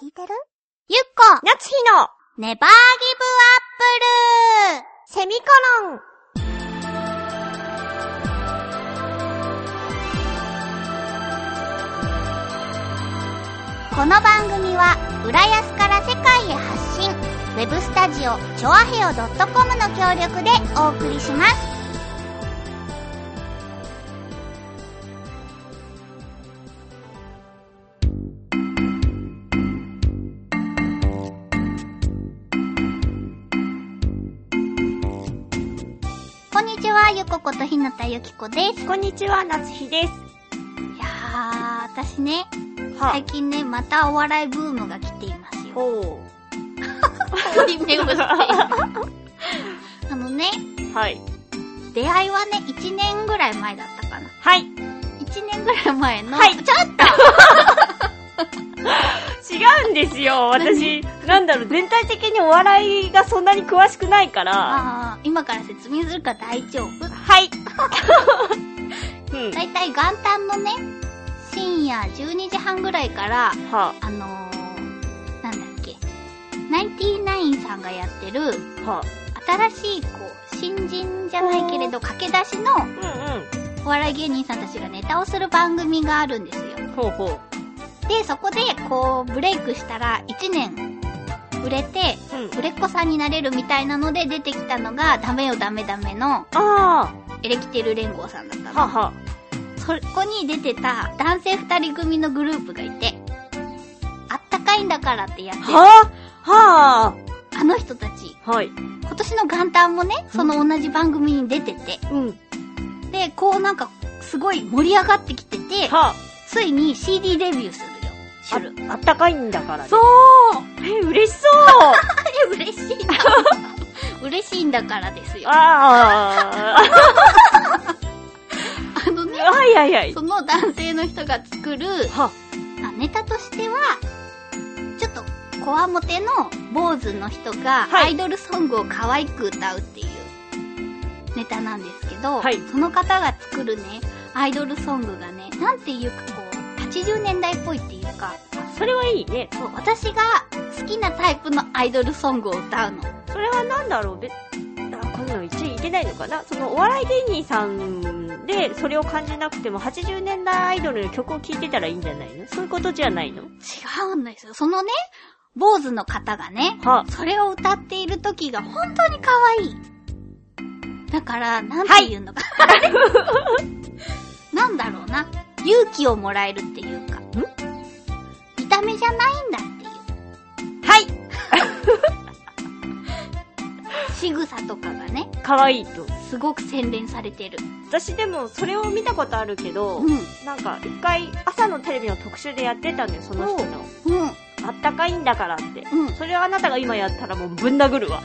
聞いてるゆっこ夏日のネバーギブアップルセミコロンこの番組は浦安から世界へ発信ウェブスタジオチョアヘオ .com の協力でお送りしますこんにちはゆこことひなたゆきこですいこんにちは、夏日です。やー私ねは最近ねまたお笑いブームが来ていますよほ通り目をしている あのねう。はい。出会いはね、1年ぐらい前だったかな。はい。違1年ぐらい前の、はいちょっうんですよ。私、なんだろう、全体的にお笑いがそんなに詳しくないから。あー今から説明するから大丈夫。 はい。うん。だいたい元旦のね、深夜12時半ぐらいから、はあのー、なんだっけ、ナインティナインさんがやってる、あ、はあ。新しい、こう、新人じゃないけれど、駆け出しのうんお笑い芸人さんたちがネタをする番組があるんですよ。うん。ほうほう。で、そこで、こう、ブレイクしたら、1年、売れて、うん。売れっ子さんになれるみたいなので出てきたのが、ダメよダメダメのあエレキテル連合さんだったあ。の。はあはそこに出てた男性二人組のグループがいて、あったかいんだからってやってあ。るはあはあの人たち、あ。はい。今年の元旦もね、その同じ番組に出てて、うん。で、こうなんか、すごい盛り上がってきてて、はあ。ついに CD デビューするよ。シュル。あったかいんだから。。そううえ、嬉 しそうえ嬉しいな。嬉しいんだからですよ。ああ。あのね、はいはいはい。その男性の人が作る、はまあネタとしては、ちょっと、こわもての坊主の人が、はいアイドルソングを可愛く歌うっていうネタなんですけど、はいその方が作るね、アイドルソングがね、なんていうかこう、80年代っぽいっていうか、それはいいね。そう、私が好きなタイプのアイドルソングを歌うの。それはなんだろうべあこんなの言っちゃいけないのかなそのお笑い芸人さんでそれを感じなくても80年代アイドルの曲を聴いてたらいいんじゃないのそういうことじゃないの違うんですよ。そのね、坊主の方がね、はそれを歌っている時が本当に可愛い。だから、なんていうのか。なんだろうな。勇気をもらえるっていうか。見た目じゃないんだっていう。はい 仕草とかがね、可愛いとすごく洗練されてる。私でもそれを見たことあるけど、うん。うん。なんか一回朝のテレビの特集でやってたんだよその人のあったかいんだからってうん。それをあなたが今やったらもうぶん殴るわ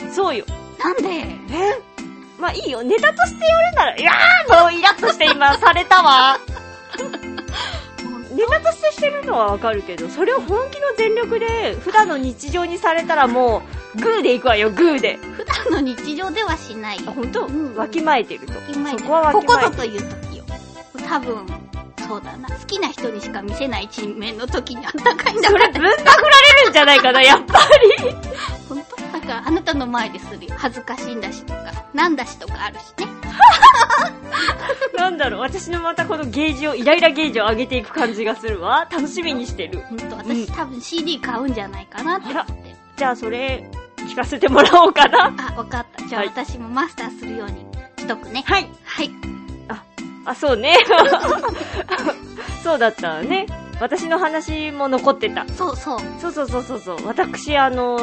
本そうよ当なんでえまあいいよネタとしてやるならいやーもうイラッとして今されたわ ネタとしてしてるのはわかるけど、それを本気の全力で、普段の日常にされたらもう、グーでいくわよ、グーで。普段の日常ではしない。あ、ほんとうんわきまえてると。そそこはわこきまこえぞてという時よ。多分、そうだな。好きな人にしか見せない一面の時にあったかいんだそかれら。ぶん殴られるんじゃないかな、やっぱり。 本当だからあなたの前でするよ。恥ずかしいんだしとか、なんだしとかあるしね。なんだろう、私のまたこのゲージを、イライラゲージを上げていく感じがするわ。楽しみにしてる。本当うん私多分 CD 買うんじゃないかなって思って。じゃあそれ、聞かせてもらおうかな。あ、わかった。じゃあはい私もマスターするようにしとくね。はい。はい。あ、そうね。 そうだったわね。私の話も残ってた。そうそう。そうそうそうそうそう。私、あの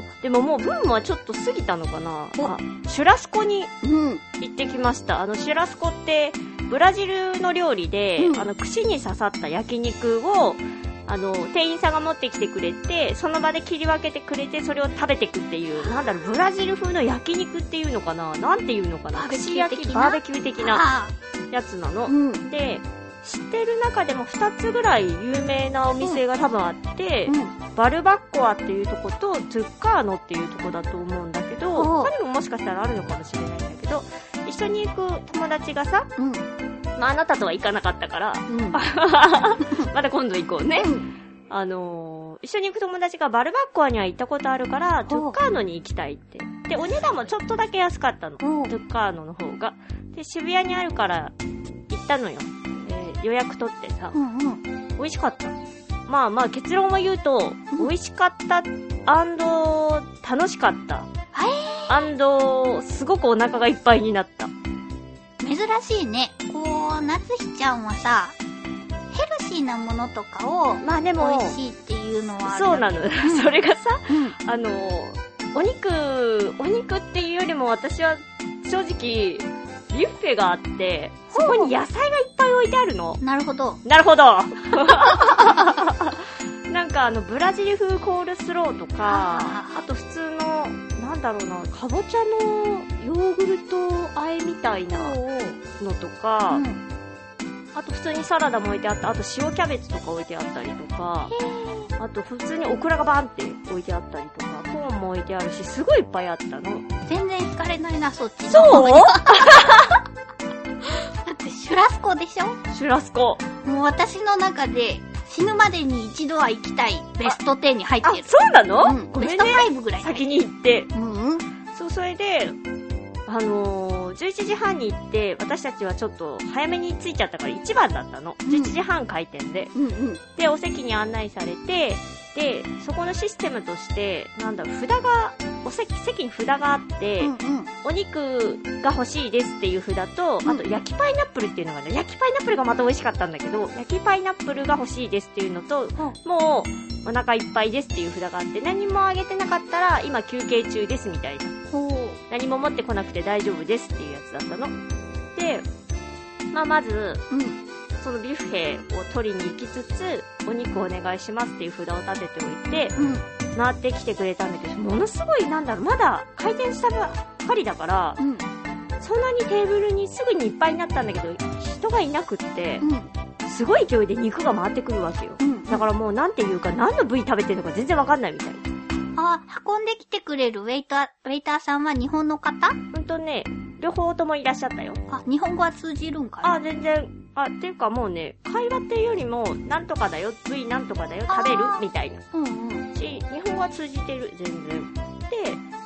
ー、でももうブームはちょっと過ぎたのかなおあ、シュラスコにうん。行ってきました。あの、シュラスコって、ブラジルの料理で、うんあの、串に刺さった焼肉を、あの、店員さんが持ってきてくれて、その場で切り分けてくれて、それを食べてくっていう、なんだろう、ブラジル風の焼肉っていうのかななんていうのかなバーベキュー串焼き、的なバーベキュー的なあやつなあ。のう。ん。うん。で、知ってる中でも2つぐらい有名なお店が多分あって、バルバッコアっていうとことトゥッカーノっていうとこだと思うんだけど、おう他にももしかしたらあるのかもしれないんだけど一緒に行く友達がさ、うん。まあ、あなたとは行かなかったから、うん。また今度行こうね。うんあのー一緒に行く友達がバルバッコアには行ったことあるから、トゥッカーノに行きたいって。で、お値段もちょっとだけ安かったの。トおうゥッカーノの方が。で、渋谷にあるから行ったのよ。えー予約取ってさう、んうん。美味しかった。まあまあ結論を言うと、うん美味しかった、アンド、楽しかった。アンド、すごくお腹がいっぱいになった。珍しいね。こう、夏日ちゃんはさ、ヘルシーなものとかをまあでも、美味しいっていうのはあるそうよなねの。それがさ、うん。あの、お肉、お肉っていうよりも私は正直、ビュッフェがあって、そこに野菜がいっぱい置いてあるの。なるほど。なるほど なんかあの、ブラジル風コールスローとか、ああと普通の、なんだろうな、かぼちゃのヨーグルト和えみたいなのとか、うん。へあと普通にサラダも置いてあった、あと塩キャベツとか置いてあったりとか、ーあと普通にオクラがバンって置いてあったりとか、コーンも置いてあるし、すごいいっぱいあったの。全然惹かれないな、そっちの方 そに。うだってシュラスコでしょシュラスコ。もう私の中で死ぬまでに一度は行きたいベスト10に入っあ、てる。そうなの、うん。ごベめんスねト。5ぐらい入って先る。に行って。うんうん。そう、それで、あのー、11時半に行って、私たちはちょっと早めに着いちゃったから1番だったの。うん11時半開店で。うんうん。で、お席に案内されて、で、そこのシステムとして、なんだろう、札が、お席、席に札があって、うんうん。お肉が欲しいですっていう札と、あと焼きパイナップルっていうのがね、焼きパイナップルがまた美味しかったんだけど、焼きパイナップルが欲しいですっていうのと、もうお腹いっぱいですっていう札があって、何もあげてなかったら今休憩中ですみたいな。ほう。何も持ってこなくて大丈夫ですっていうやつだったの。で、まあまず、うん。そのビュッフェを取りに行きつつ、お肉お願いしますっていう札を立てておいて、うん。回ってきてくれたんだけど、ものすごいなんだろう、まだ回転したばっかりだから、うん。そんなにテーブルにすぐにいっぱいになったんだけど、人がいなくってう、ん。すごい勢いで肉が回ってくるわけよ。うん。だからもうなんていうか、何の部位食べてるのか全然わかんないみたいな。あ、運んできてくれるウェイター、ウェイターさんは日本の方ほんとね、両方ともいらっしゃったよ。あ、日本語は通じるんかなあ、全然、あ、っていうかもうね、会話っていうよりも、なんとかだよ、部位なんとかだよ、あー食べるみたいな。うんうん。し、日本語は通じてる、全然。で、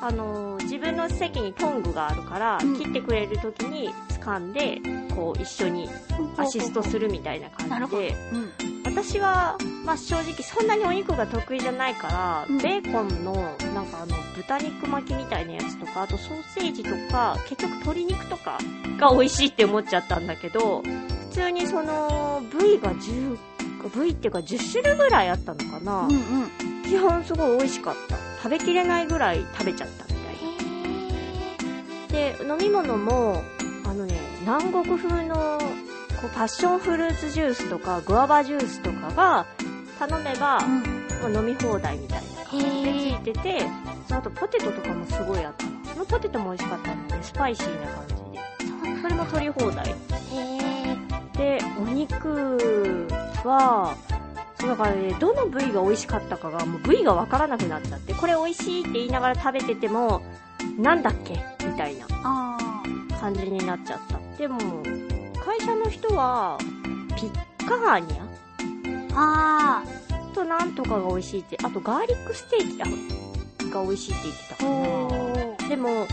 あのー自分の席にトングがあるから、うん切ってくれる時に掴んで、こう一緒にアシストするみたいなな感るじほどで、うん。私は、まあ、正直そんなにお肉が得意じゃないから、うんベーコンのなんかあの豚肉巻きみたいなやつとかあとソーセージとか結局鶏肉とかが美味しいって思っちゃったんだけど普通にその部位が10部位っていうか10種類ぐらいあったのかな、うんうん。へ基本すごい美味しかった食べきれないぐらい食べちゃったみたいで飲み物もあのね南国風のこうパッションフルーツジュースとかグアバジュースとかが頼めばー。う、ん。もう飲み放題みたいな感じでついててその後ポテトとかもすごいあったのそのポテトも美味しかったのでスパイシーな感じでそれも取り放題へー。でお肉はその中で、ね、どの部位が美味しかったかがもう部位が分からなくなっちゃってこれ美味しいって言いながら食べててもなんだっけみたいなあー。感じになっちゃったでも会社の人はピッカーニャあとなんとかが美味しいって、あとガーリックステーキだが美味しいって言ってたー。かほな。ー。でも、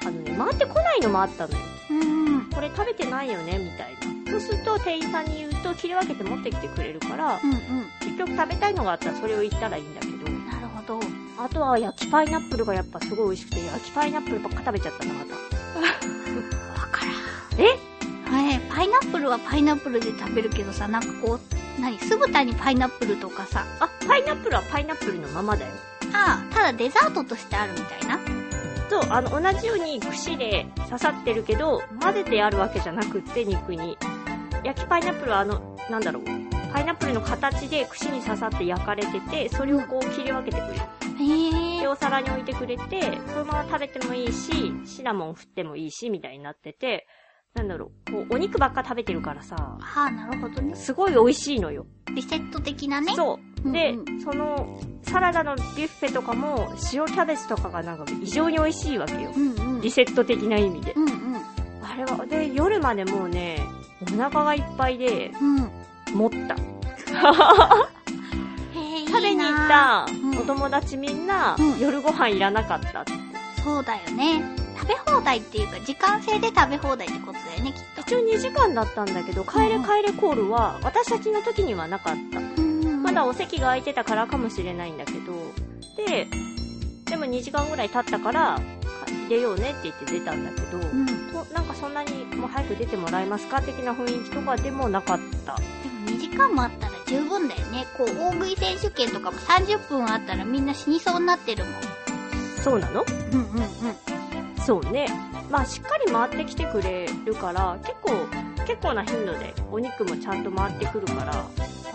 あのね、回ってこないのもあったのよ。うん。これ食べてないよね、みたいな。そうすると店員さんに言うと切り分けて持ってきてくれるからう、んうん。結局食べたいのがあったらそれを言ったらいいんだけど、なるほど。あとは焼きパイナップルがやっぱすごい美味しくて、焼きパイナップルばっか食べちゃったな、まわた。からん。えはい、パイナップルはパイナップルで食べるけどさ、なんかこう、何酢豚にパイナップルとかさ、あ、パイナップルはパイナップルのままだよ。ああ、ただデザートとしてあるみたいな。と、あの、同じように串で刺さってるけど、混ぜてあるわけじゃなくって、肉に。焼きパイナップルはあの、なんだろう。パイナップルの形で串に刺さって焼かれてて、それをこう切り分けてくれる。へで、え。お皿に置いてくれて、そのまま食べてもいいし、シナモン振ってもいいし、みたいになってて、なんだろう。こう、お肉ばっか食べてるからさ、ああ、なるほどね。すごい美味しいのよ。リセット的なね。そうう。んうんで、その、サラダのビュッフェとかも、塩キャベツとかがなんか異常に美味しいわけよ。うんうん。リセット的な意味で。うんうん。あれは、で、夜までもうね、お腹がいっぱいで、うん。持った。へえ食いべに行っ。いなたうんお友達みんな、うん夜ご飯いらなかったって。そうだよね。食べ放題っていうか、時間制で食べ放題ってことだよね、きっと。一応2時間だったんだけど、帰れうん帰れコールは、私たちの時にはなかった。ままだお席が空いてたからかもしれないんだけど、で、でも2時間ぐらい経ったから、か入れようねって言って出たんだけど、うん。でもとなんかそんなにもう早く出てもらえますか的な雰囲気とかでもなかった。 2時間もあったら十分だよね。こう、大食い選手権とかも30分あったらみんな死にそうになってるもん。そうなのうんうんうん。そうね。まあしっかり回ってきてくれるから、結構、結構な頻度でお肉もちゃんと回ってくるから、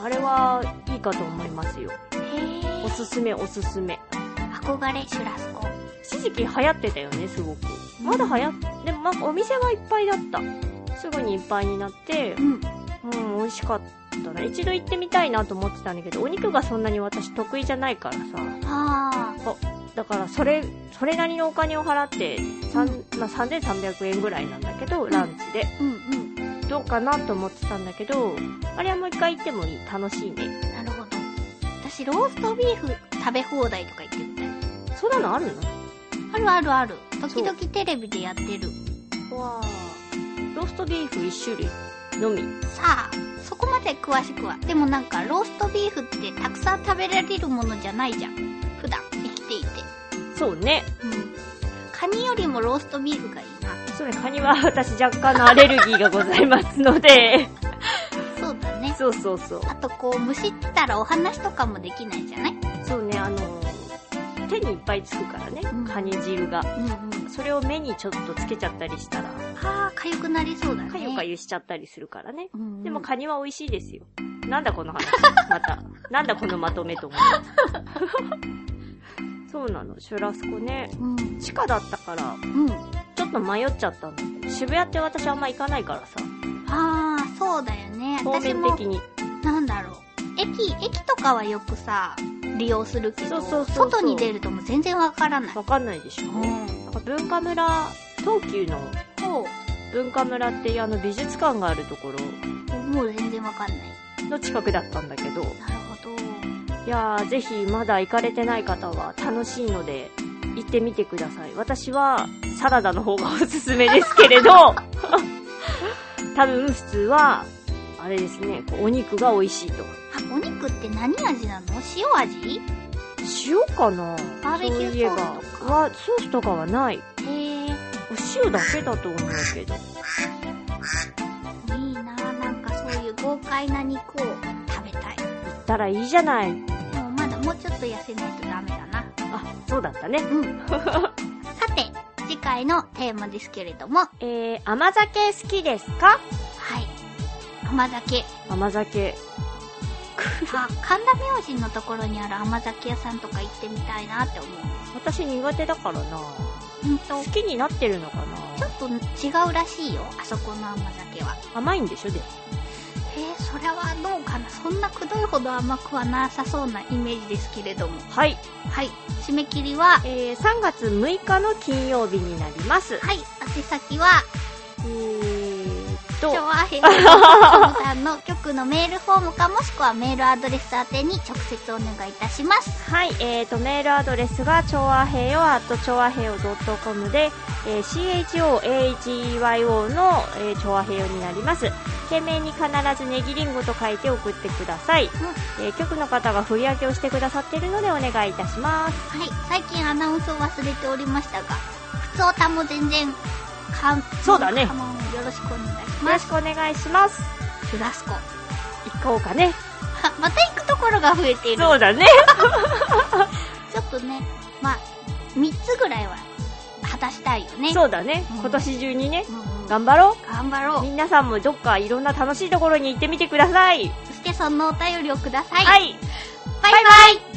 あれはいいかと思いますよ。へおすすめおすすめ。憧れシュラスコ。一時期流行ってたよね、すごく。まだ流行っ、でもなんかお店はいっぱいだった。すぐにいっぱいになって、うん。うん、美味しかったな。一度行ってみたいなと思ってたんだけど、お肉がそんなに私得意じゃないからさ。あーだからそれ、それなりのお金を払って、三うまあ、3300円ぐらいなんだけど、ランチで。うんうん。どうかなと思ってたんだけど、あれはもう一回行ってもいい。楽しいね。なるほど。私、ローストビーフ食べ放題とか言ってみたい。そんなのあるのあるあるある。時そう々テレビでやってる。わローストビーフ一種類のみ。さあ、そこまで詳しくは。でもなんか、ローストビーフってたくさん食べられるものじゃないじゃん。普段、生きていて。そうね。うん。カニよりもローストビーフがいいな。それカニは私若干のアレルギーがございます ので。そうだね。そうそうそう。あとこう、むしったらお話とかもできないじゃないそうね、あの、手にいっぱいつくからねうん、カニ汁が。うんうん。それを目にちょっとつけちゃったりしたら、あー、かゆくなりそうだね。かゆかゆしちゃったりするからね。うんうん。でもカニは美味しいですよ。なんだ この話、また。なんだこのまとめと思う。そうなの、シュラスコね。うん。地下だったから、うん。ちょっと迷っちゃったんだけど、渋谷って私あんま行かないからさ、あー、そうだよね。方私面も的、に。なんだろう。駅、駅とかはよくさ、利用するけど、そうそうそうそう外に出るともう全然わからない。わかんないでしょ。うなんん。か文化村、東急のこう。文化村っていうあの美術館があるところもう全然わかんない。の近くだったんだけど、なるほど。いやー、ぜひまだ行かれてない方は楽しいので、行ってみてください。私はサラダの方がおすすめですけれど、 多分普通は、あれですね、こうお肉が美味しいと。あ、お肉って何味なの塩味塩かなバーベキューそういえばソースとかは、ソースとかはない。へえ、お塩だけだと思うけど。いいななんかそういう豪快な肉を食べたい。行ったらいいじゃない。でもまだもうちょっと痩せないとダメだな。あ、そうだったね。うん。さて、次回のテーマですけれども、はえー、甘酒好きですかい。甘 酒。甘酒。あ、神田明神のところにある甘酒屋さんとか行ってみたいなって思う。私苦手だからなほん好と、きになってるのかちょなっと違うらしいよ、あそこの甘酒は。甘いんでしょでも。えー、それはどうかなそんなくどいほど甘くはなさそうなイメージですけれども。はい。はい。締め切りは、えー、3月6日の金曜日になります。はい。宛先は、えーっ昭と、和編さんの局のメールフォームかもしくはメールアドレス宛てに直接お願いいたします。はい、えーと、メールアドレスが、調和平和 at 調和平和 .com で、えー、CHOAHEYO の、えー、調和平和になります。懸命に必ずネギリンゴと書いて送ってください。えー局の方が振り分けをしてくださっているのでお願いいたします。はい。最近アナウンスを忘れておりましたが、普通歌も全然、かん、そうだねかもよろしくお願いしよろましす。くお願いします。フラスコ。行こうかね。あ また行くところが増えている。そうだね。ちょっとね、まあ、3つぐらいは果たしたいよね。そうだねうん。今年中にね、うんうん頑張ろ頑張ろう。う。皆さんもどっかいろんな楽しいところに行ってみてください。そしてそのお便りをください。はい。バイバイ